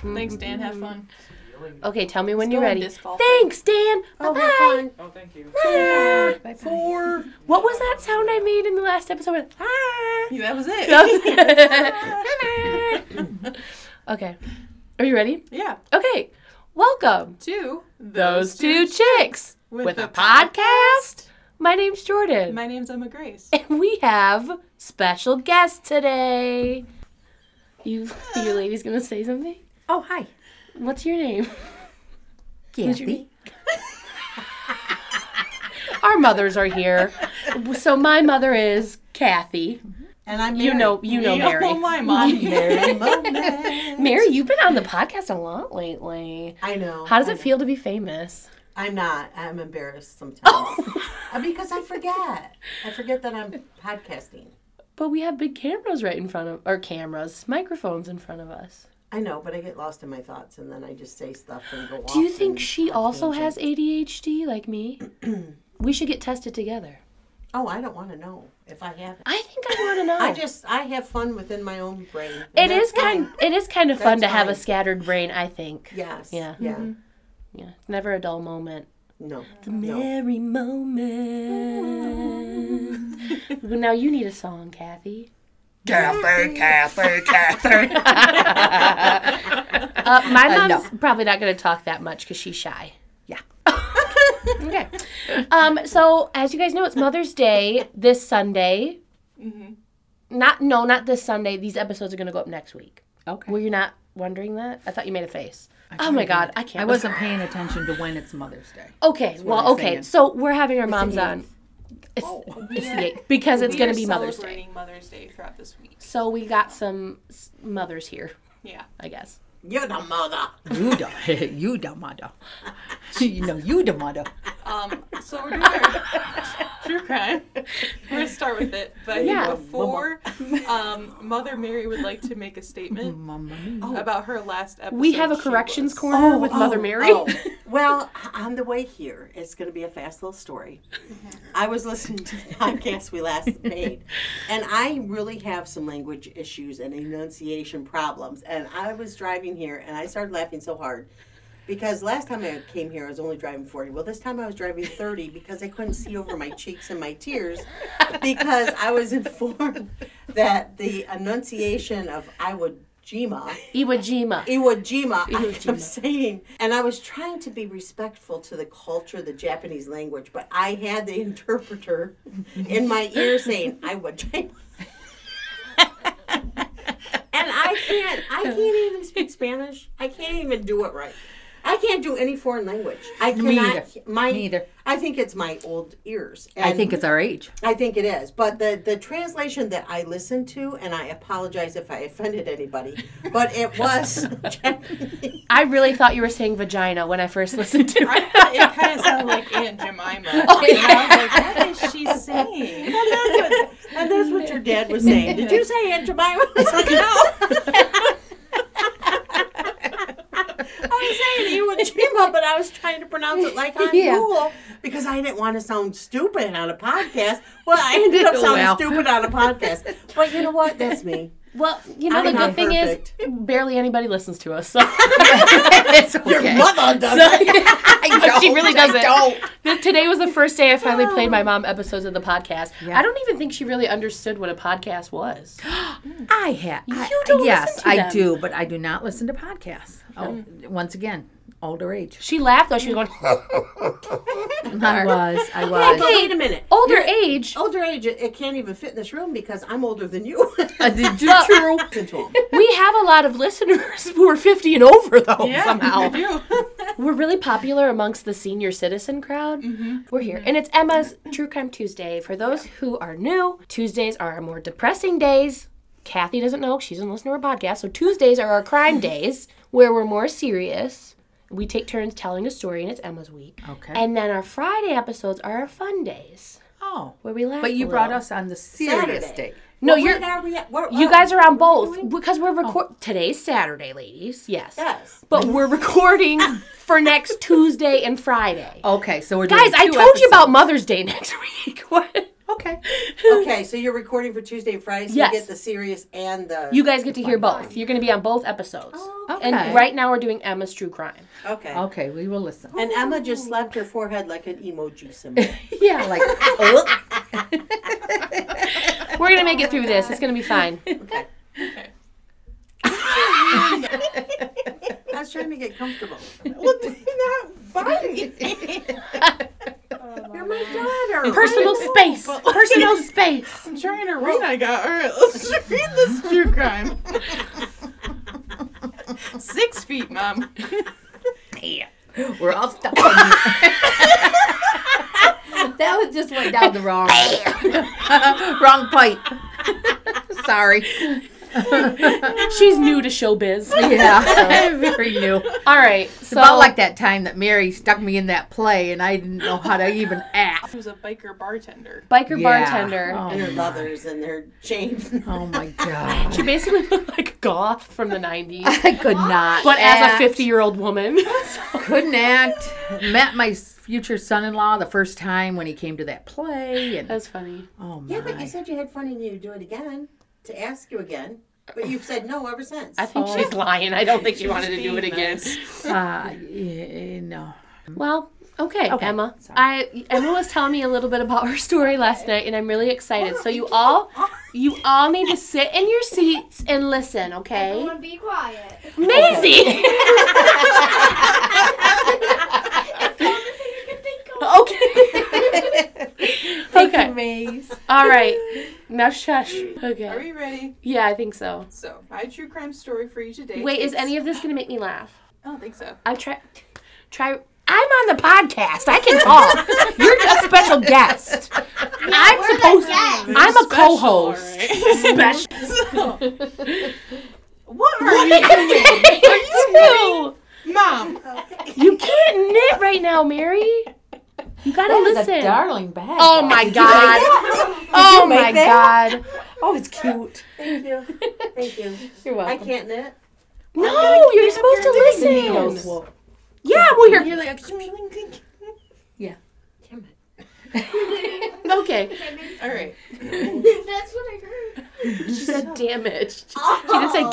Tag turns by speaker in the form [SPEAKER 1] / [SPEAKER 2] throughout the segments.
[SPEAKER 1] Thanks, Dan. Have fun.
[SPEAKER 2] Okay, tell me when
[SPEAKER 1] Let's
[SPEAKER 2] you're
[SPEAKER 1] go on
[SPEAKER 2] ready.
[SPEAKER 1] disc golf.
[SPEAKER 2] Thanks, Dan. Bye
[SPEAKER 1] Oh, have
[SPEAKER 2] bye.
[SPEAKER 1] fun.
[SPEAKER 3] Oh, thank you.
[SPEAKER 1] Four.
[SPEAKER 2] What was that sound I made in the last episode? Ah.
[SPEAKER 1] Yeah, that was
[SPEAKER 2] That
[SPEAKER 1] it.
[SPEAKER 2] Okay. Are you ready?
[SPEAKER 1] yeah.
[SPEAKER 2] Okay. Welcome,
[SPEAKER 1] Two.
[SPEAKER 2] those two chicks
[SPEAKER 1] With
[SPEAKER 2] with
[SPEAKER 1] a
[SPEAKER 2] a podcast. My name's Jordan,
[SPEAKER 1] My name's Emma Grace.
[SPEAKER 2] and we have special guest today. You, your lady's gonna say something.
[SPEAKER 4] Uh. Oh, hi.
[SPEAKER 2] What's your name? What's your
[SPEAKER 4] Kathy.
[SPEAKER 2] Our mothers are here. So my mother is Kathy.
[SPEAKER 4] And I'm
[SPEAKER 2] You know, you know Mary.
[SPEAKER 1] Oh my mom.
[SPEAKER 4] Mary Moment.
[SPEAKER 2] Mary, you've been on the podcast a lot lately.
[SPEAKER 4] I know.
[SPEAKER 2] How does
[SPEAKER 4] I
[SPEAKER 2] it
[SPEAKER 4] know.
[SPEAKER 2] feel to be famous?
[SPEAKER 4] I'm not. I'm embarrassed sometimes.
[SPEAKER 2] Oh.
[SPEAKER 4] Uh, because I forget. I forget that I'm podcasting.
[SPEAKER 2] But we have big cameras right in front of or cameras, microphones in front of us.
[SPEAKER 4] I know, but I get lost in my thoughts and then I just say stuff and go off.
[SPEAKER 2] Do you think
[SPEAKER 4] and
[SPEAKER 2] she
[SPEAKER 4] on
[SPEAKER 2] also has
[SPEAKER 4] tangents.
[SPEAKER 2] ADHD like me? we should get tested together.
[SPEAKER 4] Oh, I don't want to know if I have it.
[SPEAKER 2] I think I want to know.
[SPEAKER 4] I just, I have fun within my own brain.
[SPEAKER 2] Oh. it is kind it is kind of fun
[SPEAKER 4] That's
[SPEAKER 2] to have a
[SPEAKER 4] fine.
[SPEAKER 2] scattered brain, I think.
[SPEAKER 4] Yes.
[SPEAKER 2] Yeah. Mm-hmm.
[SPEAKER 4] Yeah.
[SPEAKER 2] Yeah. It's never a dull moment.
[SPEAKER 4] No.
[SPEAKER 2] The
[SPEAKER 4] No.
[SPEAKER 2] merry moment. Well, now you need a song, Kathy.
[SPEAKER 4] Kathy, Kathy, Kathy.
[SPEAKER 2] Uh, my
[SPEAKER 4] Uh, no.
[SPEAKER 2] mom's probably not going to talk that much because she's shy.
[SPEAKER 4] Yeah.
[SPEAKER 2] okay. Um, so, as you guys know, it's Mother's Day this Sunday.
[SPEAKER 1] Mhm.
[SPEAKER 2] Not no, not this Sunday. These episodes are going to go up next week.
[SPEAKER 5] Okay.
[SPEAKER 2] Were you not wondering that? I thought you made a face. Oh my God, I can't.
[SPEAKER 5] I wasn't paying attention to when it's Mother's Day.
[SPEAKER 2] Okay. Well,
[SPEAKER 5] I'm
[SPEAKER 2] okay.
[SPEAKER 5] saying.
[SPEAKER 2] So we're having our moms on. It's, it's the eighth, because it's
[SPEAKER 1] We
[SPEAKER 2] going
[SPEAKER 1] are
[SPEAKER 2] to be Mother's Day.
[SPEAKER 1] celebrating Mother's Day throughout this week.
[SPEAKER 2] So we got some s- mothers here,
[SPEAKER 1] Yeah.
[SPEAKER 2] I guess.
[SPEAKER 4] You're the mother.
[SPEAKER 5] You da, you da mother. You know, you da mother.
[SPEAKER 1] Um, so we're doing our true crime. We're gonna start with it, but
[SPEAKER 2] Yeah.
[SPEAKER 1] before, um, Mother Mary would like to make a statement
[SPEAKER 5] Mamma mia.
[SPEAKER 1] about her last episode.
[SPEAKER 2] Oh. We have a
[SPEAKER 1] she
[SPEAKER 2] corrections
[SPEAKER 1] was.
[SPEAKER 2] corner with Mother Mary.
[SPEAKER 4] Oh, well, on the way here, it's going to be a fast little story. I was listening to the podcast we last made, and I really have some language issues and enunciation problems. And I was driving here, and I started laughing so hard because last time I came here, I was only driving 40. Well, this time I was driving 30 because I couldn't see over my cheeks and my tears because I was informed that the enunciation of Iwo Jima.
[SPEAKER 2] Iwo Jima.
[SPEAKER 4] Iwo Jima. I kept saying, and I was trying to be respectful to the culture, the Japanese language, but I had the interpreter in my ear saying Iwo Jima. and I can't. I can't even speak Spanish. I can't even do it right. I can't do any foreign language. I cannot.
[SPEAKER 5] Me either.
[SPEAKER 4] My
[SPEAKER 5] Me either.
[SPEAKER 4] I think it's my old ears.
[SPEAKER 5] I
[SPEAKER 4] And
[SPEAKER 5] think it's our age.
[SPEAKER 4] I think it is. But the, the translation that I listened to, and I apologize if I offended anybody, but it was Japanese.
[SPEAKER 2] I really thought you were saying vagina when I first listened to
[SPEAKER 1] I
[SPEAKER 2] it.
[SPEAKER 1] thought it kind of sounded like Aunt
[SPEAKER 2] Oh,
[SPEAKER 1] Jemima. And I was like, what is she saying?
[SPEAKER 4] And that's what your dad was saying. Did you say Aunt Jemima? I was like, no. I was saying Iwo Jima, but I was trying to pronounce it like I'm
[SPEAKER 5] Yeah.
[SPEAKER 4] cool because I didn't want to sound stupid on a podcast. Well, I ended up sounding
[SPEAKER 5] Oh, Well.
[SPEAKER 4] stupid on a podcast. But you know what? That's me.
[SPEAKER 2] Well, you know,
[SPEAKER 4] I'm
[SPEAKER 2] the
[SPEAKER 4] not
[SPEAKER 2] good thing
[SPEAKER 4] perfect.
[SPEAKER 2] is barely anybody listens to us. So.
[SPEAKER 5] it's okay.
[SPEAKER 4] mother does
[SPEAKER 2] So- But she really doesn't.
[SPEAKER 5] don't.
[SPEAKER 2] Th- Today was the first day I finally played
[SPEAKER 4] Oh.
[SPEAKER 2] my mom episodes of the podcast.
[SPEAKER 5] Yeah.
[SPEAKER 2] I don't even think she really understood what a podcast was.
[SPEAKER 5] I have.
[SPEAKER 2] You don't
[SPEAKER 5] yes,
[SPEAKER 2] listen to
[SPEAKER 5] I
[SPEAKER 2] them.
[SPEAKER 5] do, but I do not listen to podcasts. Oh, once again, older age.
[SPEAKER 2] She laughed though. She was going
[SPEAKER 5] I was. I
[SPEAKER 4] But
[SPEAKER 5] was.
[SPEAKER 4] wait a minute.
[SPEAKER 2] older age.
[SPEAKER 4] older age, it, it can't even fit in this room because I'm older than Oh, you.
[SPEAKER 5] Uh, did you true?
[SPEAKER 4] Listen to 'em.
[SPEAKER 2] We have a lot of listeners who are 50 and over though.
[SPEAKER 1] Yeah,
[SPEAKER 2] somehow
[SPEAKER 1] we do.
[SPEAKER 2] we're really popular amongst the senior citizen crowd.
[SPEAKER 5] Mm-hmm,
[SPEAKER 2] We're here, and it's Emma's True Crime Tuesday. For those who are new, Tuesdays are our more depressing days. Kathy doesn't know; she doesn't listen to our podcast. So Tuesdays are our crime days, where we're more serious. We take turns telling a story, and it's Emma's week.
[SPEAKER 5] Okay.
[SPEAKER 2] And then our Friday episodes are our fun days,
[SPEAKER 5] oh.
[SPEAKER 2] where we laugh.
[SPEAKER 5] But you
[SPEAKER 2] a
[SPEAKER 5] brought
[SPEAKER 2] little.
[SPEAKER 5] us on the serious
[SPEAKER 4] Saturday.
[SPEAKER 5] day.
[SPEAKER 2] No,
[SPEAKER 4] Well,
[SPEAKER 2] you're.
[SPEAKER 4] where are we at? Where-
[SPEAKER 2] You
[SPEAKER 4] oh,
[SPEAKER 2] guys are on both because we're
[SPEAKER 5] Oh.
[SPEAKER 2] record. Today's Saturday, ladies. Yes.
[SPEAKER 4] Yes.
[SPEAKER 2] But we're recording for next Tuesday and Friday.
[SPEAKER 5] Okay, so we're doing
[SPEAKER 2] Guys, I
[SPEAKER 5] two
[SPEAKER 2] told you
[SPEAKER 5] episodes.
[SPEAKER 2] about Mother's Day next week. What?
[SPEAKER 5] Okay.
[SPEAKER 4] Okay, so you're recording for Tuesday and Friday, so
[SPEAKER 2] Yes.
[SPEAKER 4] you get the serious and the.
[SPEAKER 2] You guys get to hear both. You're going to be on both episodes.
[SPEAKER 5] Okay.
[SPEAKER 2] And right now we're doing Emma's true crime.
[SPEAKER 4] okay.
[SPEAKER 2] Oh.
[SPEAKER 5] Okay, we will listen.
[SPEAKER 4] And Emma just slapped her forehead like an emoji symbol.
[SPEAKER 2] Oh
[SPEAKER 5] Yeah, like
[SPEAKER 2] We're going to make it through this. It's going to be fine.
[SPEAKER 4] Okay.
[SPEAKER 1] Okay.
[SPEAKER 4] I was trying to get comfortable.
[SPEAKER 3] Well, not body.
[SPEAKER 4] You're my daughter.
[SPEAKER 2] Personal space. Personal space.
[SPEAKER 3] I'm trying to read. I got. All right, let's read this true crime.
[SPEAKER 1] Six feet, mom.
[SPEAKER 5] we're off the. that was just went down the wrong wrong pipe. Sorry.
[SPEAKER 2] She's new to showbiz.
[SPEAKER 5] Yeah, very new.
[SPEAKER 2] All right.
[SPEAKER 5] It's
[SPEAKER 2] So
[SPEAKER 5] about like that time that Mary stuck me in that play, and I didn't know how to even act.
[SPEAKER 1] She was a biker bartender.
[SPEAKER 2] biker
[SPEAKER 5] Yeah.
[SPEAKER 2] bartender.
[SPEAKER 5] Oh,
[SPEAKER 4] And her
[SPEAKER 5] my-
[SPEAKER 4] leathers and her chains.
[SPEAKER 5] oh my god,
[SPEAKER 2] She basically looked like a goth from the 90s,
[SPEAKER 5] I could not.
[SPEAKER 2] but as a
[SPEAKER 5] act.
[SPEAKER 2] 50 year old woman.
[SPEAKER 5] couldn't act. Met my future son-in-law the first time when he came to that play, and
[SPEAKER 2] That's funny.
[SPEAKER 5] oh my.
[SPEAKER 4] Yeah, but you said you had fun and you do it again to ask you again, but you've said no ever since.
[SPEAKER 2] I think
[SPEAKER 5] Oh.
[SPEAKER 2] she's lying. I don't think she, wanted to
[SPEAKER 1] She's
[SPEAKER 2] do it
[SPEAKER 1] being
[SPEAKER 2] again.
[SPEAKER 5] uh, yeah, no.
[SPEAKER 2] Well, okay,
[SPEAKER 5] Okay,
[SPEAKER 2] Emma.
[SPEAKER 5] sorry.
[SPEAKER 2] I Emma was telling me a little bit about her story last night, and I'm really excited. So you all, you all need to sit in your seats and listen, okay?
[SPEAKER 6] Everyone be quiet.
[SPEAKER 2] Maisie. okay. okay.
[SPEAKER 5] Maze.
[SPEAKER 2] All right. Now shush.
[SPEAKER 1] Are
[SPEAKER 2] Okay.
[SPEAKER 1] we ready?
[SPEAKER 2] Yeah, I think so.
[SPEAKER 1] So, my true crime story for you today.
[SPEAKER 2] Wait, is any of this gonna make me laugh?
[SPEAKER 1] I don't think so.
[SPEAKER 2] I try. Try. I'm on the podcast. I can talk. You're a special guest. I'm supposed. I'm a co-host. Special.
[SPEAKER 1] What are you doing?
[SPEAKER 2] you,
[SPEAKER 1] Mom,
[SPEAKER 2] you can't knit right now, Mary. You gotta listen.
[SPEAKER 5] darling bag.
[SPEAKER 2] Oh my god. Oh my
[SPEAKER 5] make that?
[SPEAKER 2] god.
[SPEAKER 5] Oh, it's cute.
[SPEAKER 4] Thank you. Thank you.
[SPEAKER 5] You're
[SPEAKER 4] I can't knit.
[SPEAKER 2] No, you're supposed to listen. Yeah, well you're
[SPEAKER 1] you're like, all
[SPEAKER 4] Damn it.
[SPEAKER 2] okay.
[SPEAKER 1] right.
[SPEAKER 6] That's what I heard.
[SPEAKER 2] She said damaged. She didn't say
[SPEAKER 4] Oh.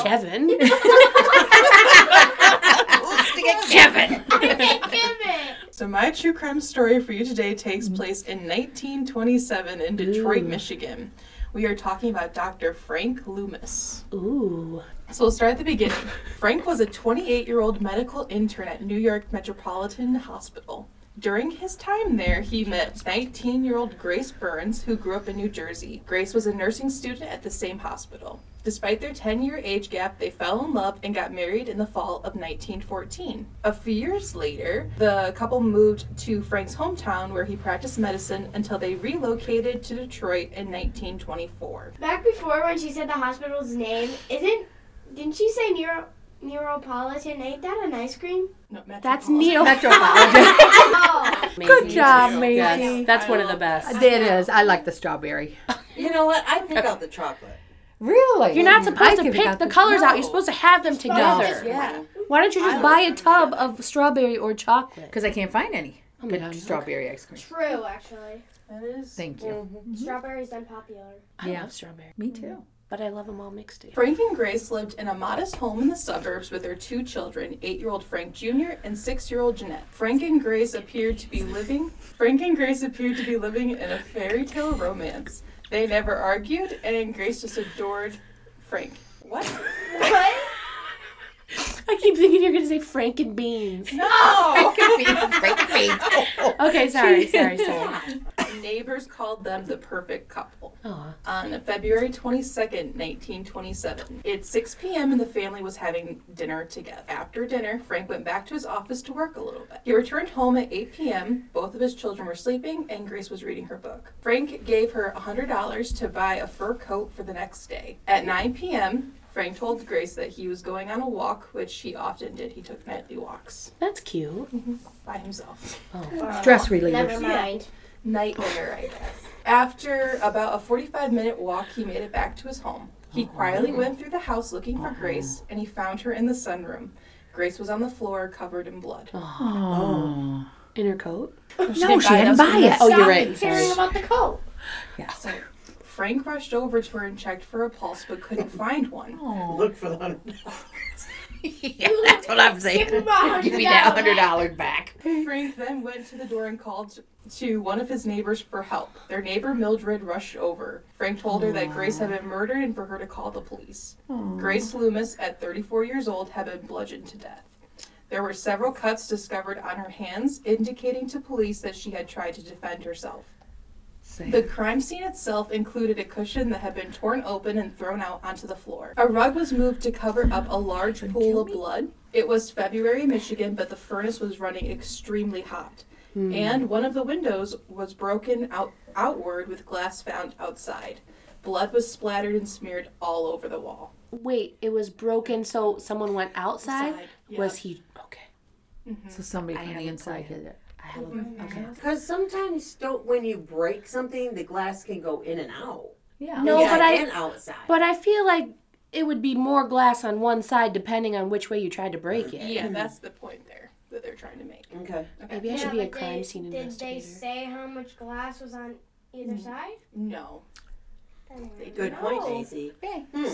[SPEAKER 2] Kevin. Kevin.
[SPEAKER 1] So, my true crime story for you today takes place in 1927 in Detroit, Michigan. We are talking about Dr. Frank Loomis.
[SPEAKER 2] Ooh.
[SPEAKER 1] So we'll start at the beginning. Frank was a 28 year old medical intern at New York Metropolitan Hospital. During his time there, he met 19 year old Grace Burns, who grew up in New Jersey. Grace was a nursing student at the same hospital. Despite their 10 year age gap, they fell in love and got married in the fall of 1914. A few years later, the couple moved to Frank's hometown where he practiced medicine until they relocated to Detroit in 1924.
[SPEAKER 6] Back before when she said the hospital's name, isn't didn't she say neuro neuropolitan? Ain't that an ice cream?
[SPEAKER 1] No,
[SPEAKER 2] That's
[SPEAKER 1] Metropolitan.
[SPEAKER 2] Neil.
[SPEAKER 6] oh,
[SPEAKER 5] Good job, Macy.
[SPEAKER 2] Yes, that's one of the best.
[SPEAKER 5] It is. I like the strawberry.
[SPEAKER 4] You know what? I pick out the chocolate.
[SPEAKER 5] Really?
[SPEAKER 2] You're not supposed to
[SPEAKER 5] give
[SPEAKER 2] pick
[SPEAKER 5] out
[SPEAKER 2] the colors out. You're
[SPEAKER 1] No.
[SPEAKER 2] supposed to have them together.
[SPEAKER 4] Yeah.
[SPEAKER 2] Why don't you just buy a tub of strawberry or chocolate?
[SPEAKER 5] Because I can't find any
[SPEAKER 2] Oh my
[SPEAKER 5] good
[SPEAKER 2] god.
[SPEAKER 5] strawberry ice cream.
[SPEAKER 6] true actually.
[SPEAKER 1] That is
[SPEAKER 5] Thank you.
[SPEAKER 6] Strawberry's unpopular.
[SPEAKER 2] I
[SPEAKER 5] Yeah.
[SPEAKER 2] love strawberry,
[SPEAKER 5] Me too.
[SPEAKER 2] but I love them all mixed together.
[SPEAKER 1] Frank and Grace lived in a modest home in the suburbs with their two children, eight-year-old Frank Jr. and six-year-old Jeanette. Frank and Grace appeared to be living. Frank and Grace appeared to be living in a fairy tale romance. They never argued, and Grace just adored Frank. What?
[SPEAKER 6] What?
[SPEAKER 2] I keep thinking you're gonna say Frank and beans.
[SPEAKER 1] No.
[SPEAKER 2] Okay, sorry, sorry, sorry.
[SPEAKER 1] Neighbors called them the perfect couple.
[SPEAKER 2] Aw.
[SPEAKER 1] On February 22nd, 1927, it's 6 p.m. and the family was having dinner together. After dinner, Frank went back to his office to work a little bit. He returned home at 8 p.m. Both of his children were sleeping and Grace was reading her book. Frank gave her $100 to buy a fur coat for the next day. At 9 p.m., Frank told Grace that he was going on a walk, which he often did. He took nightly walks
[SPEAKER 2] That's cute.
[SPEAKER 1] by himself.
[SPEAKER 5] Stress reliever.
[SPEAKER 6] Never mind.
[SPEAKER 1] nightmare, I guess. After about a 45 minute walk, he made it back to his home.
[SPEAKER 5] Oh,
[SPEAKER 1] He quietly went through the house looking
[SPEAKER 5] Uh-huh.
[SPEAKER 1] for Grace, and he found her in the sunroom. Grace was on the floor covered in blood.
[SPEAKER 5] Oh.
[SPEAKER 2] Oh. In her coat.
[SPEAKER 5] No, she didn't buy it.
[SPEAKER 2] Oh, you're
[SPEAKER 6] Stop
[SPEAKER 2] right.
[SPEAKER 6] Caring about the coat.
[SPEAKER 1] So Frank rushed over to her and checked for a pulse but couldn't find one.
[SPEAKER 4] Look for the hundred.
[SPEAKER 5] yeah, that's what I'm saying.
[SPEAKER 6] Give him a hundred
[SPEAKER 5] Give me that
[SPEAKER 6] dollar.
[SPEAKER 5] hundred dollar back.
[SPEAKER 1] Frank then went to the door and called to one of his neighbors for help. Their neighbor Mildred rushed over. Frank told her that Grace had been murdered and for her to call the police. Grace Loomis, at 34 years old, had been bludgeoned to death. There were several cuts discovered on her hands, indicating to police that she had tried to defend herself. The crime scene itself included a cushion that had been torn open and thrown out onto the floor. A rug was moved to cover up a large pool of blood. It was February, Michigan, but the furnace was running extremely hot.
[SPEAKER 2] Hmm.
[SPEAKER 1] And one of the windows was broken out outward with glass found outside. Blood was splattered and smeared all over the wall.
[SPEAKER 2] Wait, it was broken, so someone went outside.
[SPEAKER 1] Outside, yeah. Mm-hmm.
[SPEAKER 2] Was he okay?
[SPEAKER 5] So somebody from the inside hit it.
[SPEAKER 2] I have a, okay.
[SPEAKER 4] Because sometimes don't when you break something, the glass can go in and out.
[SPEAKER 5] Yeah.
[SPEAKER 2] No, but I
[SPEAKER 4] and outside.
[SPEAKER 2] but I feel like it would be more glass on one side depending on which way you tried to break it.
[SPEAKER 1] Yeah, that's the point there that they're trying to make.
[SPEAKER 4] okay.
[SPEAKER 2] Hmm. Maybe I
[SPEAKER 6] Yeah,
[SPEAKER 2] should be a
[SPEAKER 6] but
[SPEAKER 2] crime
[SPEAKER 6] they-
[SPEAKER 2] scene
[SPEAKER 6] Did they
[SPEAKER 2] investigator.
[SPEAKER 6] say how much glass was on either side?
[SPEAKER 1] No.
[SPEAKER 4] Good point, Daisy.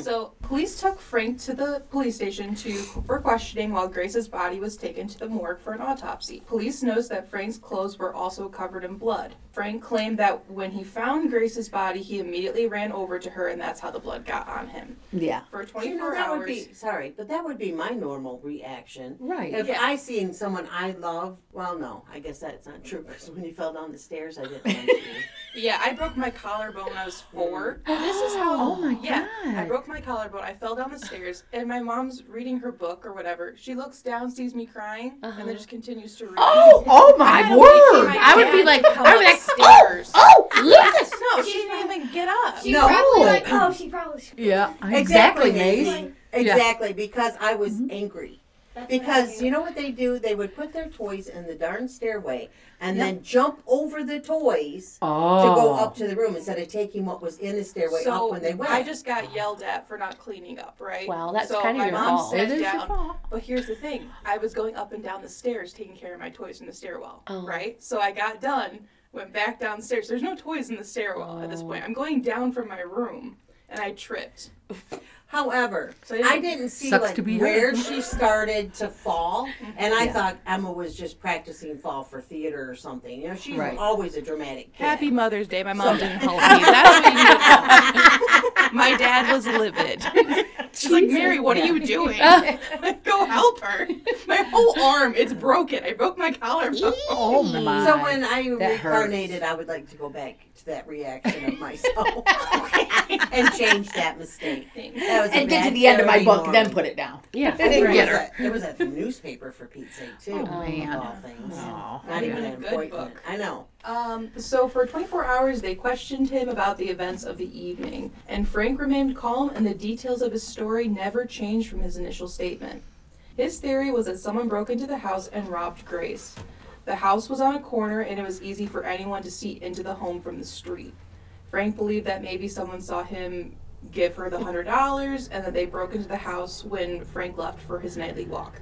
[SPEAKER 1] So, police took Frank to the police station to for questioning while Grace's body was taken to the morgue for an autopsy. Police noticed that Frank's clothes were also covered in blood. Frank claimed that when he found Grace's body, he immediately ran over to her and that's how the blood got on him.
[SPEAKER 5] Yeah.
[SPEAKER 1] For
[SPEAKER 4] You
[SPEAKER 1] 24
[SPEAKER 4] know, that
[SPEAKER 1] hours.
[SPEAKER 4] would be sorry, but that would be my normal reaction.
[SPEAKER 5] Right.
[SPEAKER 4] If
[SPEAKER 1] Yeah.
[SPEAKER 4] I seen someone I love, well, no, I guess that's not true because when you fell down the stairs, I didn't. want you.
[SPEAKER 1] Yeah, I broke my collarbone when I was 4. this is how
[SPEAKER 5] Oh my
[SPEAKER 1] Yeah, I
[SPEAKER 5] god.
[SPEAKER 1] broke my collarbone. I fell down the stairs, and my mom's reading her book or whatever. She looks down, sees me crying, and then just continues to read.
[SPEAKER 5] Oh, oh my word! I would be like, I would be like, oh, oh, Lucas.
[SPEAKER 1] No, she didn't even get up.
[SPEAKER 6] She
[SPEAKER 4] No.
[SPEAKER 6] probably like, oh, she probably.
[SPEAKER 5] Yeah, exactly,
[SPEAKER 4] Daisy.
[SPEAKER 5] Maze.
[SPEAKER 4] Exactly, because I was angry.
[SPEAKER 6] That's what I
[SPEAKER 4] Because
[SPEAKER 6] do.
[SPEAKER 4] you know what they do? They would put their toys in the darn stairway and then jump over the toys
[SPEAKER 5] Oh.
[SPEAKER 4] to go up to the room instead of taking what was in the stairway up
[SPEAKER 1] So
[SPEAKER 4] when they went.
[SPEAKER 1] I just got yelled at for not cleaning up, right?
[SPEAKER 2] Well, that's
[SPEAKER 1] so
[SPEAKER 2] kinda
[SPEAKER 1] my
[SPEAKER 2] your
[SPEAKER 1] mom
[SPEAKER 2] fault.
[SPEAKER 1] Sat
[SPEAKER 5] It is your
[SPEAKER 1] down,
[SPEAKER 5] fault.
[SPEAKER 1] But here's the thing: I was going up and down the stairs taking care of my toys in the stairwell,
[SPEAKER 2] Oh.
[SPEAKER 1] right? So I got done, went back downstairs. There's no toys in the stairwell at this point. I'm going down from my room, and I tripped.
[SPEAKER 4] However,
[SPEAKER 1] So I didn't-
[SPEAKER 4] I didn't see
[SPEAKER 5] Sucks
[SPEAKER 4] like
[SPEAKER 5] to be her.
[SPEAKER 4] where she started to fall, and I thought Emma was just practicing fall for theater or something. You know, she's
[SPEAKER 5] Right.
[SPEAKER 4] always a dramatic kid.
[SPEAKER 1] Happy Mother's Day. My mom didn't help me. That's what you did. My dad was livid. She's like, Mary, what are you doing? Go help her. My whole arm, it's broken. I broke my collarbone.
[SPEAKER 5] Oh my.
[SPEAKER 4] So when I
[SPEAKER 5] that
[SPEAKER 4] reincarnated, I would like to go back to that reaction of myself and change that mistake. That was a
[SPEAKER 5] and get to
[SPEAKER 4] bad
[SPEAKER 5] the end of my
[SPEAKER 4] therapy
[SPEAKER 5] book,
[SPEAKER 4] moment.
[SPEAKER 5] then put it down.
[SPEAKER 2] Yeah.
[SPEAKER 4] And there,
[SPEAKER 5] Get
[SPEAKER 4] was
[SPEAKER 5] her.
[SPEAKER 4] A, there was a newspaper for Pete's sake too.
[SPEAKER 5] Oh, man.
[SPEAKER 4] Of all things.
[SPEAKER 5] Oh.
[SPEAKER 4] Not even
[SPEAKER 1] Yeah.
[SPEAKER 4] an
[SPEAKER 1] Good
[SPEAKER 4] appointment.
[SPEAKER 1] book.
[SPEAKER 4] I know.
[SPEAKER 1] Um, so for 24 hours, they questioned him about the events of the evening, and Frank remained calm, and the details of his story never changed from his initial statement. His theory was that someone broke into the house and robbed Grace. The house was on a corner, and it was easy for anyone to see into the home from the street. Frank believed that maybe someone saw him give her the hundred dollars and that they broke into the house when Frank left for his nightly walk.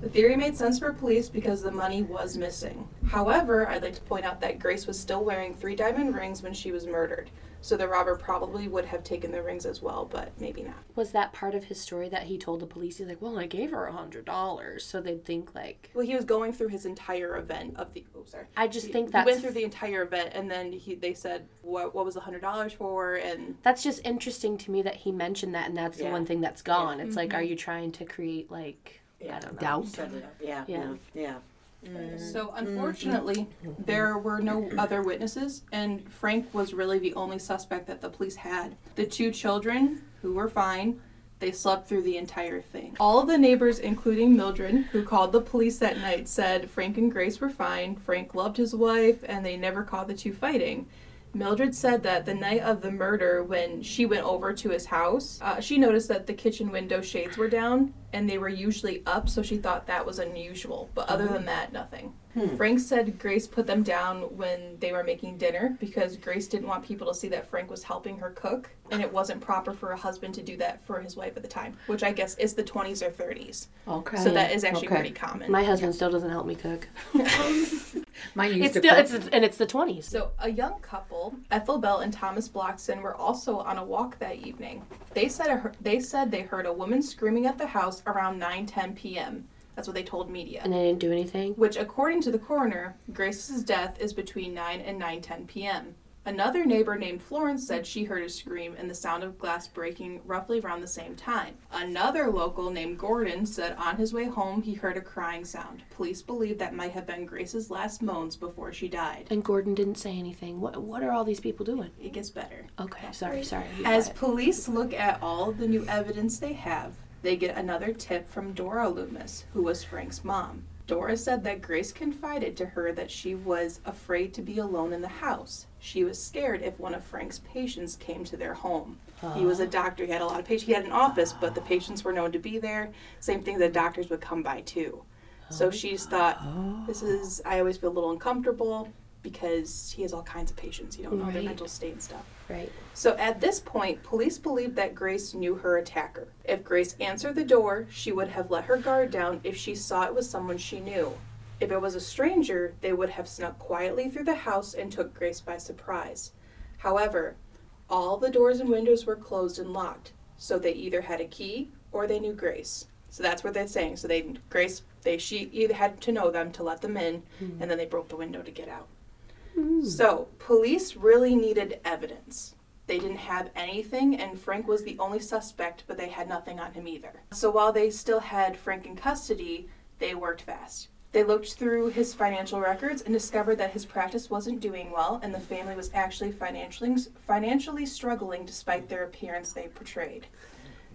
[SPEAKER 1] The theory made sense for police because the money was missing. However, I'd like to point out that Grace was still wearing three diamond rings when she was murdered, so the robber probably would have taken the rings as well, but maybe not.
[SPEAKER 2] Was that part of his story that he told the police? He's like, well, I gave her a hundred dollars, so they'd think like.
[SPEAKER 1] Well, he was going through his entire event of the. Oh, sorry.
[SPEAKER 2] I just
[SPEAKER 1] He-
[SPEAKER 2] think
[SPEAKER 1] he went
[SPEAKER 2] that's
[SPEAKER 1] through the entire event, and then he they said what what was the hundred dollars for, and
[SPEAKER 2] that's just interesting to me that he mentioned that, and that's the
[SPEAKER 4] Yeah.
[SPEAKER 2] one thing that's gone. It's like, are you trying to create like I
[SPEAKER 4] Yeah.
[SPEAKER 2] don't know?
[SPEAKER 5] Doubt.
[SPEAKER 4] Set it up. Yeah.
[SPEAKER 2] Yeah.
[SPEAKER 4] Yeah. yeah.
[SPEAKER 1] So unfortunately, there were no other witnesses, and Frank was really the only suspect that the police had. The two children, who were fine, they slept through the entire thing. All of the neighbors, including Mildred, who called the police that night, said Frank and Grace were fine. Frank loved his wife, and they never caught the two fighting. Mildred said that the night of the murder, when she went over to his house, uh, she noticed that the kitchen window
[SPEAKER 5] Mm-hmm.
[SPEAKER 1] shades were down and they were usually up, so she thought that was unusual. But other than that, nothing.
[SPEAKER 5] Hmm.
[SPEAKER 1] Frank said Grace put them down when they were making dinner because Grace didn't want people to see that Frank was helping her cook, and it wasn't proper for a husband to do that for his wife at the time, which I guess is the 20s or 30s.
[SPEAKER 5] Oh, Okay.
[SPEAKER 1] So that is actually
[SPEAKER 5] Okay.
[SPEAKER 1] pretty common.
[SPEAKER 2] My husband still doesn't help me cook.
[SPEAKER 5] Mine used
[SPEAKER 2] It's
[SPEAKER 5] to
[SPEAKER 2] still
[SPEAKER 5] cook.
[SPEAKER 2] it's and it's the twenties.
[SPEAKER 1] So, a young couple, Ethel Bell and Thomas Bloxon, were also on a walk that evening. They said a, they said they heard a woman screaming at the house around 9:10 p.m. That's what they told media.
[SPEAKER 2] And I didn't do anything.
[SPEAKER 1] Which, according to the coroner, Grace's death is between 9 and 9:10 p.m. Another neighbor named Florence said she heard a scream and the sound of glass breaking roughly around the same time. Another local named Gordon said on his way home he heard a crying sound. Police believe that might have been Grace's last moans before she died.
[SPEAKER 2] And Gordon didn't say anything. What what are all these people doing?
[SPEAKER 1] It gets better.
[SPEAKER 2] Okay, sorry, sorry. you
[SPEAKER 1] As
[SPEAKER 2] got it.
[SPEAKER 1] police look at all the new evidence they have, they get another tip from Dora Loomis, who was Frank's mom. Dora said that Grace confided to her that she was afraid to be alone in the house. She was scared if one of Frank's patients came to their home. He was a doctor, he had a lot of patients. He had an office, but the patients were known to be there. Same thing, the doctors would come by too.
[SPEAKER 2] Oh.
[SPEAKER 1] So she just thought, this is, I always feel a little uncomfortable because he has all kinds of patients. You don't know their
[SPEAKER 2] Right.
[SPEAKER 1] mental state and stuff.
[SPEAKER 2] right.
[SPEAKER 1] So at this point, police believed that Grace knew her attacker. If Grace answered the door, she would have let her guard down if she saw it was someone she knew. If it was a stranger, they would have snuck quietly through the house and took Grace by surprise. However, all the doors and windows were closed and locked, so they either had a key or they knew Grace. So that's what they're saying. So they Grace they she either had to know them to let them in, and then they broke the window to get out. So, police really needed evidence. They didn't have anything, and Frank was the only suspect, but they had nothing on him either. So, while they still had Frank in custody, they worked fast. They looked through his financial records and discovered that his practice wasn't doing well, and the family was actually financially, financially struggling despite their appearance they portrayed.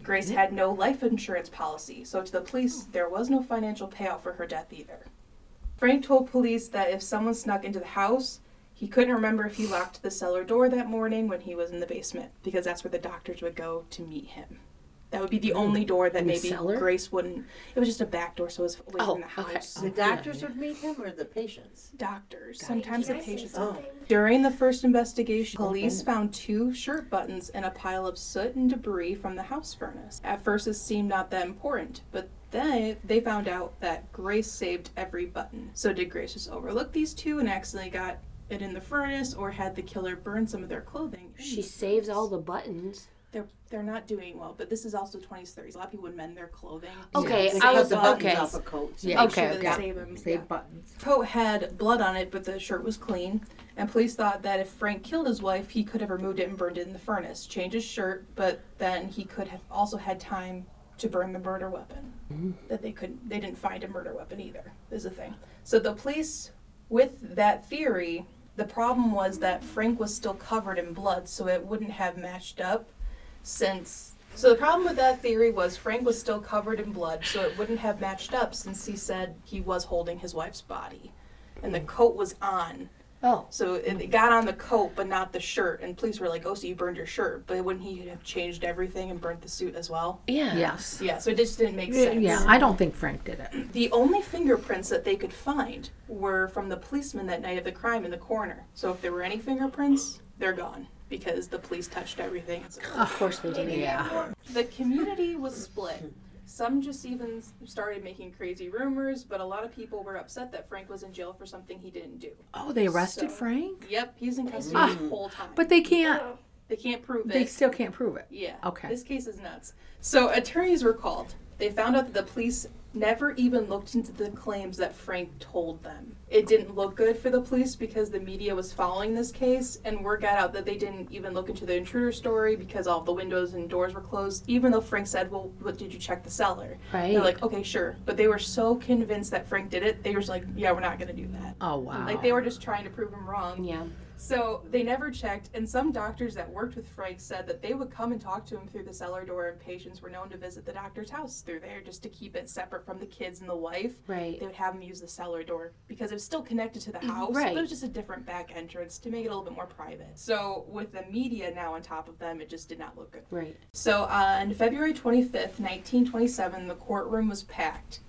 [SPEAKER 1] Grace
[SPEAKER 2] Mm-hmm.
[SPEAKER 1] had no life insurance policy, so to the police, there was no financial payout for her death either. Frank told police that if someone snuck into the house, he couldn't remember if he locked the cellar door that morning when he was in the basement because that's where the doctors would go to meet him. That would be the only door that
[SPEAKER 2] Mm-hmm. In the
[SPEAKER 1] maybe
[SPEAKER 2] cellar?
[SPEAKER 1] Grace wouldn't. It was just a back door, so it was away
[SPEAKER 2] Oh,
[SPEAKER 1] from the
[SPEAKER 2] okay.
[SPEAKER 1] house.
[SPEAKER 4] The doctors would meet him or the patients?
[SPEAKER 1] Doctors, sometimes the
[SPEAKER 6] Can I say
[SPEAKER 1] patients.
[SPEAKER 6] something?
[SPEAKER 1] During the first investigation, police found two shirt buttons in a pile of soot and debris from the house furnace. At first, it seemed not that important, but then they found out that Grace saved every button. So, did Grace just overlook these two and accidentally got it in the furnace, or had the killer burn some of their clothing?
[SPEAKER 2] She saves all the buttons.
[SPEAKER 1] They're they're not doing well, but this is also 20s, 30s. A lot of people would mend their clothing.
[SPEAKER 2] Okay,
[SPEAKER 4] They
[SPEAKER 2] I
[SPEAKER 4] cut
[SPEAKER 2] was
[SPEAKER 4] the buttons
[SPEAKER 2] okay.
[SPEAKER 4] off of coats.
[SPEAKER 5] Yeah.
[SPEAKER 1] Make
[SPEAKER 2] Okay,
[SPEAKER 1] sure that
[SPEAKER 5] okay.
[SPEAKER 1] they save 'em.
[SPEAKER 5] Save
[SPEAKER 1] Yeah.
[SPEAKER 5] buttons.
[SPEAKER 1] coat had blood on it, but the shirt was clean. And police thought that if Frank killed his wife, he could have removed it and burned it in the furnace, changed his shirt, but then he could have also had time to burn the murder weapon. That they could they didn't find a murder weapon either. Is the thing. So the police, with that theory, the problem was that Frank was still covered in blood, so it wouldn't have matched up since so the problem with that theory was Frank was still covered in blood, so it wouldn't have matched up since he said he was holding his wife's body. And the coat was on.
[SPEAKER 2] Oh.
[SPEAKER 1] So it it got on the coat but not the shirt. And police were like, Oh, so you burned your shirt, but wouldn't he have changed everything and burnt the suit as well?
[SPEAKER 2] Yeah.
[SPEAKER 5] Yes.
[SPEAKER 1] Yeah, so it just didn't make sense.
[SPEAKER 5] Yeah, I don't think Frank did it.
[SPEAKER 1] The only fingerprints that they could find were from the policeman that night of the crime in the corner. So if there were any fingerprints, they're gone because the police touched everything.
[SPEAKER 2] Of course they did.
[SPEAKER 5] Yeah.
[SPEAKER 1] The community was split. Some just even s- started making crazy rumors, but a lot of people were upset that Frank was in jail for something he didn't do.
[SPEAKER 5] Oh, they arrested
[SPEAKER 1] So-
[SPEAKER 5] Frank?
[SPEAKER 1] Yep, he's in custody the whole time.
[SPEAKER 5] Ah. But they can't,
[SPEAKER 1] they can't prove
[SPEAKER 5] they
[SPEAKER 1] it.
[SPEAKER 5] still can't prove it.
[SPEAKER 1] Yeah.
[SPEAKER 5] Okay.
[SPEAKER 1] This case is nuts. So attorneys were called. They found out that the police never even looked into the claims that Frank told them. It didn't look good for the police because the media was following this case, and word got out that they didn't even look into the intruder story because all the windows and doors were closed, even though Frank said, Well, what did you check the cellar?
[SPEAKER 2] Right.
[SPEAKER 1] They're like, Okay, sure. But they were so convinced that Frank did it, they were just like, Yeah, we're not going to do that.
[SPEAKER 5] Oh, wow.
[SPEAKER 1] Like, they were just trying to prove him wrong.
[SPEAKER 2] Ah. Yeah.
[SPEAKER 1] So they never checked, and some doctors that worked with Frank said that they would come and talk to him through the cellar door, and patients were known to visit the doctor's house through there just to keep it separate from the kids and the wife.
[SPEAKER 2] Right.
[SPEAKER 1] They would have him use the cellar door because it was still connected to the house,
[SPEAKER 2] Mm, right.
[SPEAKER 1] but it was just a different back entrance to make it a little bit more private. So with the media now on top of them, it just did not look good.
[SPEAKER 2] Right.
[SPEAKER 1] uh, So on February 25th, 1927, the courtroom was packed.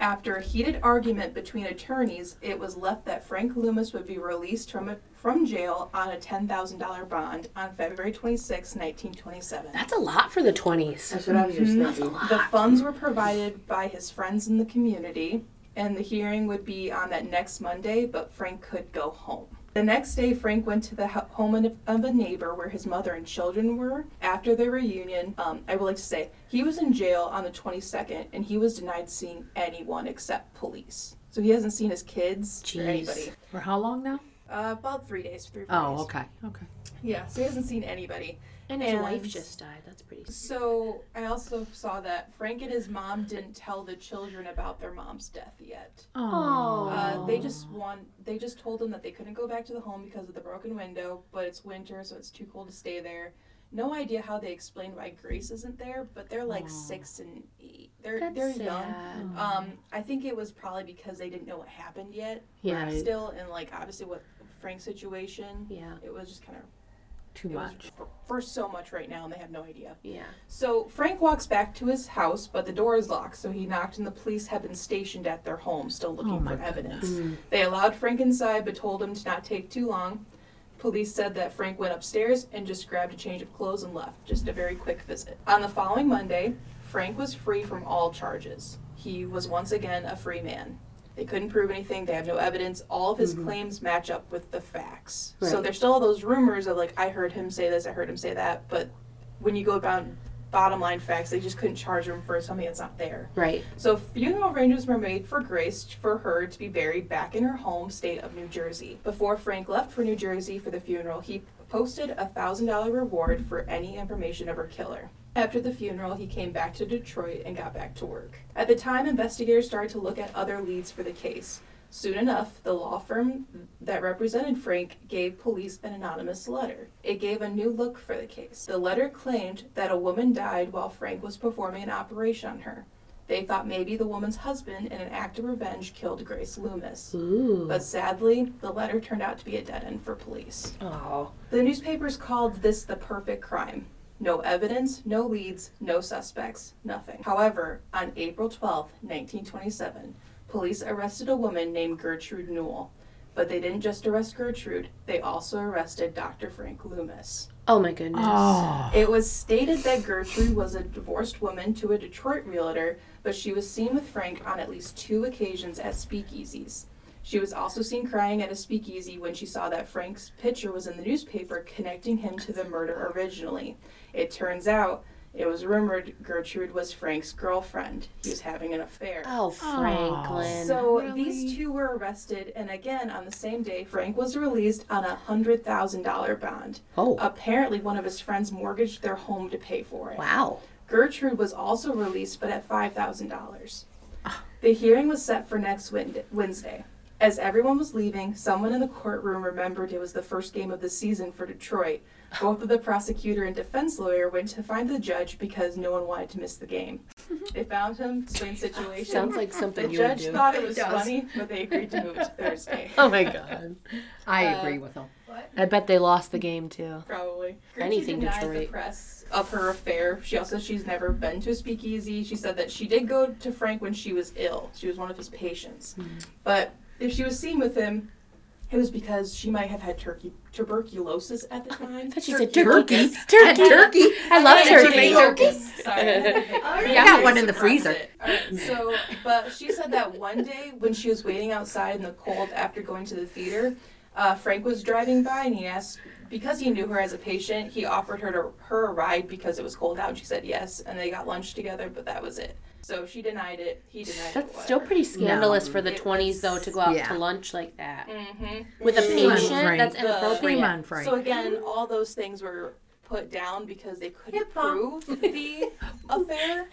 [SPEAKER 1] After a heated argument between attorneys, it was left that Frank Loomis would be released from, from jail on a $10,000 bond on February 26, 1927.
[SPEAKER 2] That's a lot for the 20s.
[SPEAKER 4] That's what I was just thinking.
[SPEAKER 1] The funds were provided by his friends in the community, and the hearing would be on that next Monday, but Frank could go home. The next day, Frank went to the ho- home of of a neighbor where his mother and children were. After their reunion, um, I would like to say he was in jail on the 22nd and he was denied seeing anyone except police. So he hasn't seen his kids or
[SPEAKER 2] Jeez.
[SPEAKER 1] anybody.
[SPEAKER 5] For how long now?
[SPEAKER 1] Uh, about three days, three four
[SPEAKER 5] Oh,
[SPEAKER 1] days.
[SPEAKER 5] okay. Okay.
[SPEAKER 1] Yeah, so he hasn't seen anybody.
[SPEAKER 2] And his
[SPEAKER 1] And-
[SPEAKER 2] wife just died. That's pretty.
[SPEAKER 1] So I also saw that Frank and his mom didn't tell the children about their mom's death yet.
[SPEAKER 5] Oh.
[SPEAKER 1] Uh, they just want they just told them that they couldn't go back to the home because of the broken window, but it's winter, so it's too cold to stay there. No idea how they explain why Grace isn't there, but they're like six and eight. They're
[SPEAKER 2] That's
[SPEAKER 1] they're
[SPEAKER 2] sad.
[SPEAKER 1] young. Um, I think it was probably because they didn't know what happened yet.
[SPEAKER 2] Yeah.
[SPEAKER 5] Right.
[SPEAKER 1] Still, and like obviously with Frank's situation,
[SPEAKER 2] Yeah.
[SPEAKER 1] it was just kind of
[SPEAKER 5] Too
[SPEAKER 1] it was
[SPEAKER 5] much.
[SPEAKER 1] for, for so much right now, and they have no idea.
[SPEAKER 2] Yeah.
[SPEAKER 1] So Frank walks back to his house, but the door is locked, so he knocked and the police had been stationed at their home, still looking for evidence. They allowed Frank inside but told him to not take too long. Police said that Frank went upstairs and just grabbed a change of clothes and left, just a very quick visit. On the following Monday, Frank was free from all charges. He was once again a free man. They couldn't prove anything, they have no evidence. All of his claims match up with the facts. So
[SPEAKER 4] Right.
[SPEAKER 1] there's still all those rumors of like I heard him say this, I heard him say that, but when you go down bottom line facts, they just couldn't charge him for something that's not there.
[SPEAKER 2] Right.
[SPEAKER 1] So funeral arrangements were made for Grace for her to be buried back in her home state of New Jersey. Before Frank left for New Jersey for the funeral, he posted a thousand dollar reward for any information of her killer. After the funeral, he came back to Detroit and got back to work. At the time, investigators started to look at other leads for the case. Soon enough, the law firm that represented Frank gave police an anonymous letter. It gave a new look for the case. The letter claimed that a woman died while Frank was performing an operation on her. They thought maybe the woman's husband, in an act of revenge, killed Grace Loomis.
[SPEAKER 2] Ooh.
[SPEAKER 1] But sadly, the letter turned out to be a dead end for police.
[SPEAKER 2] Oh.
[SPEAKER 1] The newspapers called this the perfect crime. No evidence, no leads, no suspects, nothing. However, on April 12, 1927, police arrested a woman named Gertrude Newell. But they didn't just arrest Gertrude, they also arrested Dr. Frank Loomis.
[SPEAKER 2] Oh my goodness.
[SPEAKER 5] Oh.
[SPEAKER 1] It was stated that Gertrude was a divorced woman to a Detroit realtor, but she was seen with Frank on at least two occasions at speakeasies. She was also seen crying at a speakeasy when she saw that Frank's picture was in the newspaper connecting him to the murder originally. It turns out it was rumored Gertrude was Frank's girlfriend. He was having an affair.
[SPEAKER 2] Oh, Franklin.
[SPEAKER 1] So these two were arrested, and again on the same day, Frank was released on a hundred thousand dollar bond.
[SPEAKER 2] Oh.
[SPEAKER 1] Apparently, one of his friends mortgaged their home to pay for it.
[SPEAKER 2] wow.
[SPEAKER 1] Gertrude was also released, but at five thousand dollars.
[SPEAKER 2] Ah.
[SPEAKER 1] The hearing was set for next Wed- Wednesday. As everyone was leaving, someone in the courtroom remembered it was the first game of the season for Detroit. Both of the prosecutor and defense lawyer went to find the judge because no one wanted to miss the game. They found him, same situation.
[SPEAKER 2] Sounds like something
[SPEAKER 1] The
[SPEAKER 2] you would
[SPEAKER 1] judge
[SPEAKER 2] do.
[SPEAKER 1] thought it was funny, but they agreed to move it to Thursday.
[SPEAKER 2] Oh my god.
[SPEAKER 5] I agree with them.
[SPEAKER 2] I bet they lost the game too.
[SPEAKER 1] Probably. Gertrude
[SPEAKER 2] Anything
[SPEAKER 1] denies the
[SPEAKER 2] Detroit.
[SPEAKER 1] press of her affair. She also she's never been to a speakeasy. She said that she did go to Frank when she was ill. She was one of his patients.
[SPEAKER 2] Hmm.
[SPEAKER 1] But if she was seen with him, it was because she might have had turkey tuberculosis at the time.
[SPEAKER 2] I thought she said turkey.
[SPEAKER 1] Turkey.
[SPEAKER 2] Turkey. turkey. I love turkey.
[SPEAKER 5] turkey.
[SPEAKER 1] Sorry.
[SPEAKER 6] Alright.
[SPEAKER 5] Yeah, got one in the
[SPEAKER 1] Surprised
[SPEAKER 5] freezer.
[SPEAKER 1] it. Alright, So, but she said that one day when she was waiting outside in the cold after going to the theater, uh, Frank was driving by and he asked because he knew her as a patient. He offered her to, her a ride because it was cold out. and She said yes, and they got lunch together. But that was it. So she denied it. He denied it.
[SPEAKER 2] That's still pretty scandalous for the
[SPEAKER 1] It
[SPEAKER 2] 20s though to go out
[SPEAKER 5] Yeah.
[SPEAKER 2] to lunch like that
[SPEAKER 1] Mm-hmm.
[SPEAKER 2] with a
[SPEAKER 5] Shame on
[SPEAKER 2] patient.
[SPEAKER 5] Frank.
[SPEAKER 2] That's
[SPEAKER 1] Shame
[SPEAKER 2] inappropriate.
[SPEAKER 5] Shame on Frank.
[SPEAKER 1] So again, all those things were put down because they couldn't prove the affair.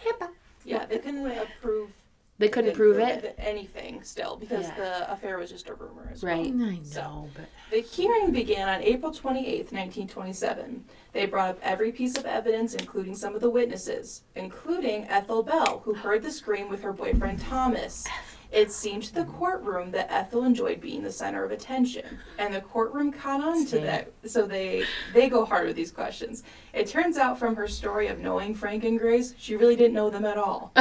[SPEAKER 1] Yeah, they couldn't uh, prove
[SPEAKER 2] They couldn't prove
[SPEAKER 1] prove
[SPEAKER 2] it.
[SPEAKER 1] th- anything still because
[SPEAKER 2] Yeah.
[SPEAKER 1] the affair was just a rumor as
[SPEAKER 5] I
[SPEAKER 2] Right.
[SPEAKER 5] know,
[SPEAKER 1] So-
[SPEAKER 5] but
[SPEAKER 1] well. The hearing began on April 28th, 1927. They brought up every piece of evidence, including some of the witnesses, including Ethel Bell, who heard the scream with her boyfriend Thomas. It seemed to the courtroom that Ethel enjoyed being the center of attention, and the courtroom caught on to that. So they they go hard with these questions. It turns out from her story of knowing Frank and Grace, she really didn't know them at all.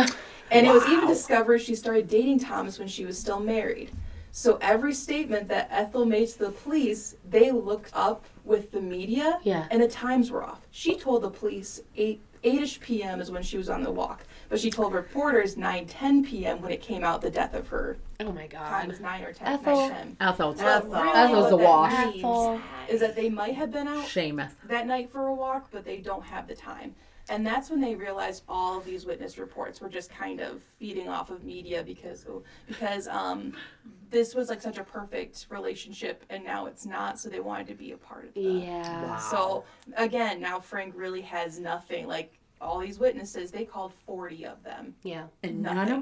[SPEAKER 1] And it was even discovered she started dating Thomas when she was still married. So every statement that Ethel made to the police, they looked up with the media,
[SPEAKER 2] Yeah.
[SPEAKER 1] and the times were off. She told the police eight. 8ish p.m. is when she was on the walk, but she told reporters 9:10 p.m. when it came out the death of her.
[SPEAKER 2] Oh my
[SPEAKER 1] Time
[SPEAKER 2] god.
[SPEAKER 1] was 9 or 10.
[SPEAKER 2] Ethel.
[SPEAKER 1] 9:10.
[SPEAKER 5] Ethel.
[SPEAKER 1] So really
[SPEAKER 5] Ethel's
[SPEAKER 1] what
[SPEAKER 5] the
[SPEAKER 1] that
[SPEAKER 5] wash.
[SPEAKER 1] means
[SPEAKER 2] Ethel.
[SPEAKER 1] Is that they might have been out
[SPEAKER 5] Shameth.
[SPEAKER 1] that night for a walk, but they don't have the time. And that's when they realized all of these witness reports were just kind of feeding off of media because oh, because um, this was like such a perfect relationship, and now it's not. So they wanted to be a part of that.
[SPEAKER 5] Oh,
[SPEAKER 2] Yeah.
[SPEAKER 1] So again, now Frank really has nothing. Like all these witnesses, they called forty of them.
[SPEAKER 2] Yeah.
[SPEAKER 5] And none of them?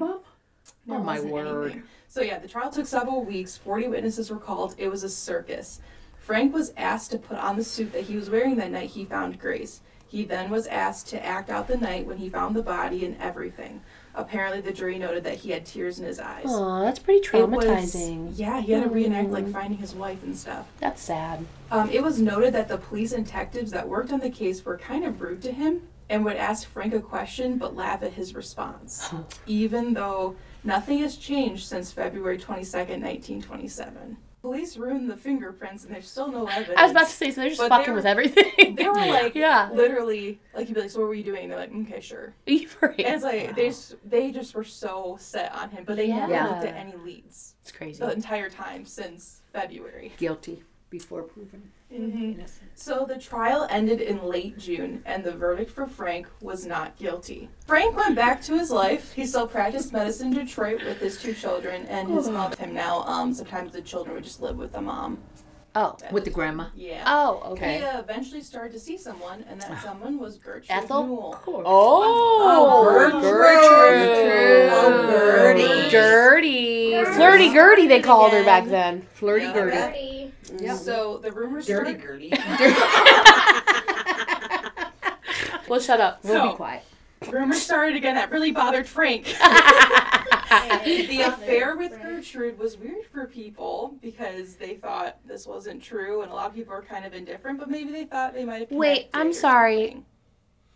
[SPEAKER 1] There
[SPEAKER 5] Oh, my
[SPEAKER 1] wasn't
[SPEAKER 5] word.
[SPEAKER 1] anything. So yeah, the trial took several weeks. Forty witnesses were called. It was a circus. Frank was asked to put on the suit that he was wearing that night he found Grace. He then was asked to act out the night when he found the body and everything. Apparently, the jury noted that he had tears in his eyes.
[SPEAKER 2] Aw, that's pretty
[SPEAKER 1] It was-
[SPEAKER 2] traumatizing.
[SPEAKER 1] yeah, he had to reenact like finding his wife and stuff.
[SPEAKER 2] That's sad.
[SPEAKER 1] Um, it was noted that the police and detectives that worked on the case were kind of rude to him and would ask Frank a question but laugh at his response, even though nothing has changed since February 22nd, 1927. Police ruined the fingerprints and there's still no evidence.
[SPEAKER 2] I was about to say, so they're just
[SPEAKER 1] But
[SPEAKER 2] fucking
[SPEAKER 1] they're-
[SPEAKER 2] with everything.
[SPEAKER 1] They were like,
[SPEAKER 2] Yeah.
[SPEAKER 1] literally, like you'd be like, so what were you doing? They're like, okay, sure. And
[SPEAKER 2] Right.
[SPEAKER 1] it's like they just, they just were so set on him, but they
[SPEAKER 2] Yeah.
[SPEAKER 1] never looked at any leads
[SPEAKER 2] It's crazy.
[SPEAKER 1] the entire time since February.
[SPEAKER 5] Guilty before proven.
[SPEAKER 2] Mm-hmm.
[SPEAKER 1] So the trial ended in late June, and the verdict for Frank was not guilty. Frank went back to his life. He still practiced medicine in Detroit with his two children and his mom. Him now, um, sometimes the children would just live with the mom.
[SPEAKER 2] Oh.
[SPEAKER 5] With the grandma.
[SPEAKER 1] Yeah.
[SPEAKER 2] Oh,
[SPEAKER 1] He
[SPEAKER 2] okay.
[SPEAKER 1] uh, eventually started to see someone, and that someone was Gertrude
[SPEAKER 2] Ethel?
[SPEAKER 1] Newell.
[SPEAKER 2] Oh,
[SPEAKER 1] Gertrude.
[SPEAKER 2] Gertrude.
[SPEAKER 1] Oh, Gertie.
[SPEAKER 2] Gertie.
[SPEAKER 6] Gertie.
[SPEAKER 2] Flirty Gertie, they called her
[SPEAKER 1] Again.
[SPEAKER 2] back then.
[SPEAKER 5] Flirty
[SPEAKER 1] Yeah.
[SPEAKER 5] Gertie.
[SPEAKER 1] Right.
[SPEAKER 6] Dirty.
[SPEAKER 1] So the rumors
[SPEAKER 4] Dirty
[SPEAKER 1] started.
[SPEAKER 4] Mm. Gertie.
[SPEAKER 2] Well, shut up. We'll
[SPEAKER 1] So-
[SPEAKER 2] be quiet.
[SPEAKER 1] Rumors started again that really bothered Frank. the affair with Gertrude was weird for people because they thought this wasn't true, and a lot of people were kind of indifferent. But maybe they thought they might have.
[SPEAKER 2] Wait,
[SPEAKER 1] connected
[SPEAKER 2] I'm
[SPEAKER 1] or
[SPEAKER 2] sorry.
[SPEAKER 1] something.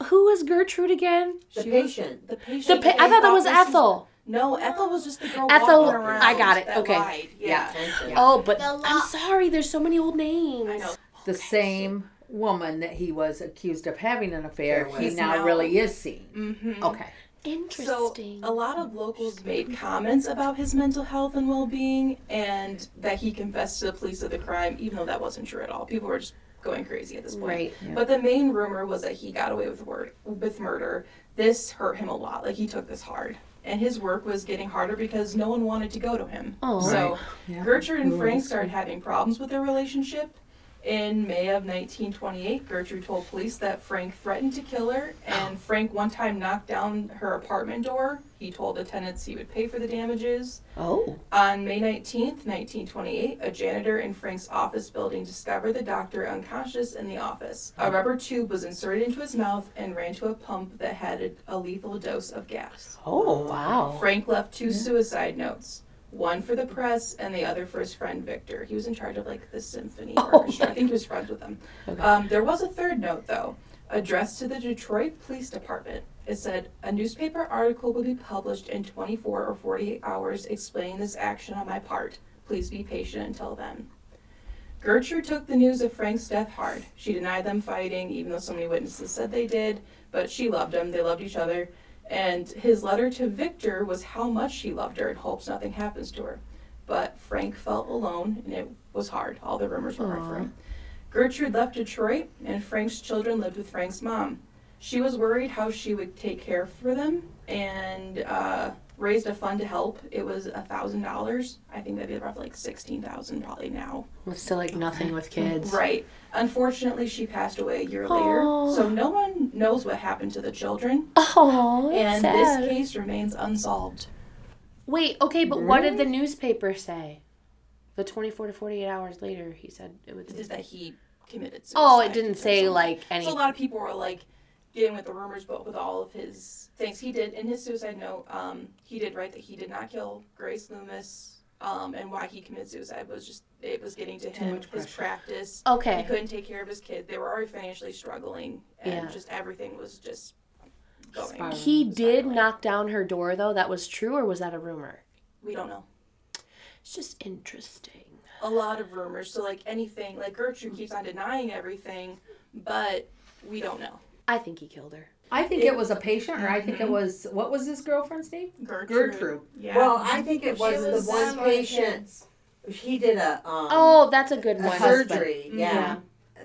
[SPEAKER 2] Who was Gertrude again?
[SPEAKER 4] The
[SPEAKER 1] She was-
[SPEAKER 4] patient.
[SPEAKER 1] the
[SPEAKER 2] The
[SPEAKER 1] patient.
[SPEAKER 2] pa- I
[SPEAKER 1] they
[SPEAKER 2] thought that was
[SPEAKER 1] this was-
[SPEAKER 2] Ethel.
[SPEAKER 1] No, Ethel was just the girl
[SPEAKER 2] Ethel-
[SPEAKER 1] walking around.
[SPEAKER 2] I got it,
[SPEAKER 1] that
[SPEAKER 2] okay.
[SPEAKER 1] lied. Yeah.
[SPEAKER 2] Oh, but
[SPEAKER 6] The lo-
[SPEAKER 2] I'm sorry. There's so many old names.
[SPEAKER 1] I know.
[SPEAKER 5] The same woman that he was accused of having an affair, he
[SPEAKER 1] He's
[SPEAKER 5] now
[SPEAKER 1] now-
[SPEAKER 5] really is seeing.
[SPEAKER 1] Mm-hmm.
[SPEAKER 5] Okay.
[SPEAKER 1] So
[SPEAKER 2] Interesting.
[SPEAKER 1] a lot of locals made comments about his mental health and well-being, and that he confessed to the police of the crime, even though that wasn't true at all. People were just going crazy at this point.
[SPEAKER 2] right.
[SPEAKER 1] But the main rumor was that he got away with word, with murder. This hurt him a lot. Like he took this hard, and his work was getting harder because no one wanted to go to him.
[SPEAKER 2] Oh.
[SPEAKER 1] So
[SPEAKER 5] Yeah.
[SPEAKER 1] Gertrude and Frank started having problems with their relationship. In May of 1928, Gertrude told police that Frank threatened to kill her, and Frank one time knocked down her apartment door. He told the tenants he would pay for the damages.
[SPEAKER 2] Oh.
[SPEAKER 1] On May 19th, 1928, a janitor in Frank's office building discovered the doctor unconscious in the office. A rubber tube was inserted into his mouth and ran to a pump that had a- a lethal dose of gas.
[SPEAKER 2] Oh, wow.
[SPEAKER 1] Frank left two suicide notes. One for the press and the other for his friend Victor. He was in charge of like the symphony orchestra. I think he was friends with them. Um, there was a third note though, addressed to the Detroit Police Department. It said a newspaper article will be published in 24 or 48 hours explaining this action on my part. Please be patient until then. Gertrude took the news of Frank's death hard. She denied them fighting, even though so many witnesses said they did, but she loved him. They loved each other. And his letter to Victor was how much he loved her and hopes nothing happens to her. But Frank felt alone, and it was hard. All the rumors were hard for him. Gertrude left Detroit, and Frank's children lived with Frank's mom. She was worried how she would take care for them and uh, raised a fund to help. It was $1,000. I think that'd be roughly like 16000 probably now.
[SPEAKER 2] It's still like nothing with kids.
[SPEAKER 1] Right. Unfortunately, she passed away a year
[SPEAKER 2] Aw.
[SPEAKER 1] later, so no one knows what happened to the children,
[SPEAKER 2] Oh,
[SPEAKER 1] and
[SPEAKER 2] sad.
[SPEAKER 1] this case remains unsolved.
[SPEAKER 2] Wait, okay, but what did the newspaper say? The 24 to 48 hours later, he said it would.
[SPEAKER 1] Is that he committed suicide?
[SPEAKER 2] Oh, it didn't
[SPEAKER 1] or
[SPEAKER 2] say
[SPEAKER 1] something.
[SPEAKER 2] like any.
[SPEAKER 1] So a lot of people were like, getting with the rumors, but with all of his things he did in his suicide note, um, he did write that he did not kill Grace Loomis, um, and why he committed suicide was just it was getting to him, his practice. He
[SPEAKER 2] Okay.
[SPEAKER 1] couldn't take care of his kid. They were already financially struggling, and
[SPEAKER 2] Yeah.
[SPEAKER 1] just everything was just going.
[SPEAKER 2] He did knock down her door, though. That was true, or was that a rumor?
[SPEAKER 1] We don't know.
[SPEAKER 2] It's just interesting.
[SPEAKER 1] a lot of rumors. So like anything, like Gertrude keeps on denying everything, but we don't know.
[SPEAKER 2] I think he killed her.
[SPEAKER 5] I think it was a patient, or I think
[SPEAKER 2] Mm-hmm.
[SPEAKER 5] it was what was his girlfriend's name?
[SPEAKER 1] Gertrude.
[SPEAKER 5] Gertrude.
[SPEAKER 1] Yeah.
[SPEAKER 3] Well, I think it was,
[SPEAKER 6] was
[SPEAKER 3] the one
[SPEAKER 6] one of the
[SPEAKER 3] patient. He did a um,
[SPEAKER 2] Oh, that's a good
[SPEAKER 3] a
[SPEAKER 2] one. Mm-hmm.
[SPEAKER 5] husband.
[SPEAKER 3] surgery. Yeah.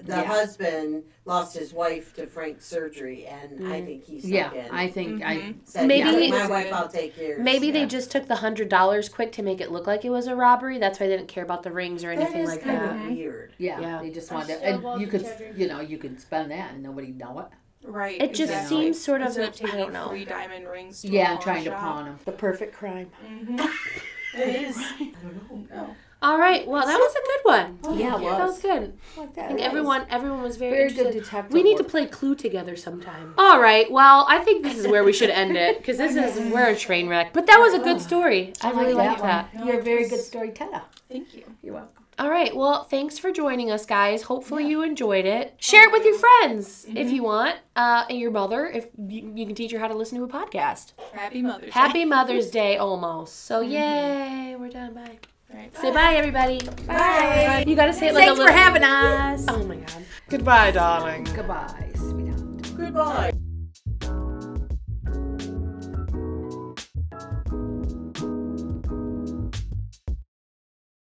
[SPEAKER 3] The
[SPEAKER 5] Yeah.
[SPEAKER 3] husband lost his wife to Frank's surgery, and I think he snuck
[SPEAKER 5] Yeah,
[SPEAKER 3] in.
[SPEAKER 5] I think
[SPEAKER 2] Mm-hmm.
[SPEAKER 5] I.
[SPEAKER 3] said,
[SPEAKER 2] Mm. Maybe-
[SPEAKER 3] "Yeah, my wife, I'll take yours.
[SPEAKER 2] Maybe
[SPEAKER 5] Yeah.
[SPEAKER 2] they just took the hundred dollars quick to make it look like it was a robbery. That's why they didn't care about the rings or
[SPEAKER 3] that
[SPEAKER 2] anything
[SPEAKER 3] is
[SPEAKER 2] like
[SPEAKER 3] kind
[SPEAKER 2] that.
[SPEAKER 3] of weird.
[SPEAKER 5] Yeah,
[SPEAKER 2] Yeah.
[SPEAKER 5] they just
[SPEAKER 6] I
[SPEAKER 5] wanted,
[SPEAKER 6] still
[SPEAKER 5] and
[SPEAKER 6] love
[SPEAKER 5] you
[SPEAKER 6] the
[SPEAKER 5] could,
[SPEAKER 6] children.
[SPEAKER 5] you know, you could spend that and nobody know it.
[SPEAKER 1] right.
[SPEAKER 2] It just
[SPEAKER 1] exactly.
[SPEAKER 2] seems sort of
[SPEAKER 1] Instead
[SPEAKER 2] I
[SPEAKER 1] taking
[SPEAKER 2] don't know.
[SPEAKER 1] three diamond rings. To
[SPEAKER 5] Yeah,
[SPEAKER 1] a
[SPEAKER 5] trying to
[SPEAKER 1] shop.
[SPEAKER 5] pawn them.
[SPEAKER 2] The perfect crime.
[SPEAKER 1] It is. No.
[SPEAKER 2] All right. Well, that was a good one.
[SPEAKER 5] Oh, Yeah, it
[SPEAKER 2] That was good.
[SPEAKER 5] Like
[SPEAKER 2] I
[SPEAKER 5] that.
[SPEAKER 2] think everyone everyone was very,
[SPEAKER 5] Very good
[SPEAKER 2] interested.
[SPEAKER 5] detective.
[SPEAKER 2] we need to
[SPEAKER 5] work.
[SPEAKER 2] play Clue together sometime. All right. Well, I think this is where we should end it because this is we're a train wreck. But that was a good story. I really
[SPEAKER 5] like
[SPEAKER 2] liked
[SPEAKER 5] that
[SPEAKER 2] that.
[SPEAKER 1] No,
[SPEAKER 5] You're a
[SPEAKER 1] it
[SPEAKER 5] very
[SPEAKER 1] was-
[SPEAKER 5] good storyteller.
[SPEAKER 1] Thank you.
[SPEAKER 5] You're welcome.
[SPEAKER 2] All right. Well, thanks for joining us, guys. Hopefully you enjoyed
[SPEAKER 5] Oh,
[SPEAKER 2] it. Share it with your friends if
[SPEAKER 5] Mm-hmm.
[SPEAKER 2] you want, uh, and your mother if you, you can teach her how to listen to a podcast.
[SPEAKER 1] Happy Mother's Day.
[SPEAKER 2] Happy Mother's Day almost. So
[SPEAKER 5] Mm-hmm.
[SPEAKER 2] yay, we're done. Bye.
[SPEAKER 1] Right.
[SPEAKER 2] Say bye, everybody. Bye. You gotta say it like
[SPEAKER 5] Thanks
[SPEAKER 2] a
[SPEAKER 5] for
[SPEAKER 2] little.
[SPEAKER 5] having us.
[SPEAKER 2] Oh my god.
[SPEAKER 7] Goodbye, darling.
[SPEAKER 5] Goodbye, sweetheart.
[SPEAKER 3] Goodbye.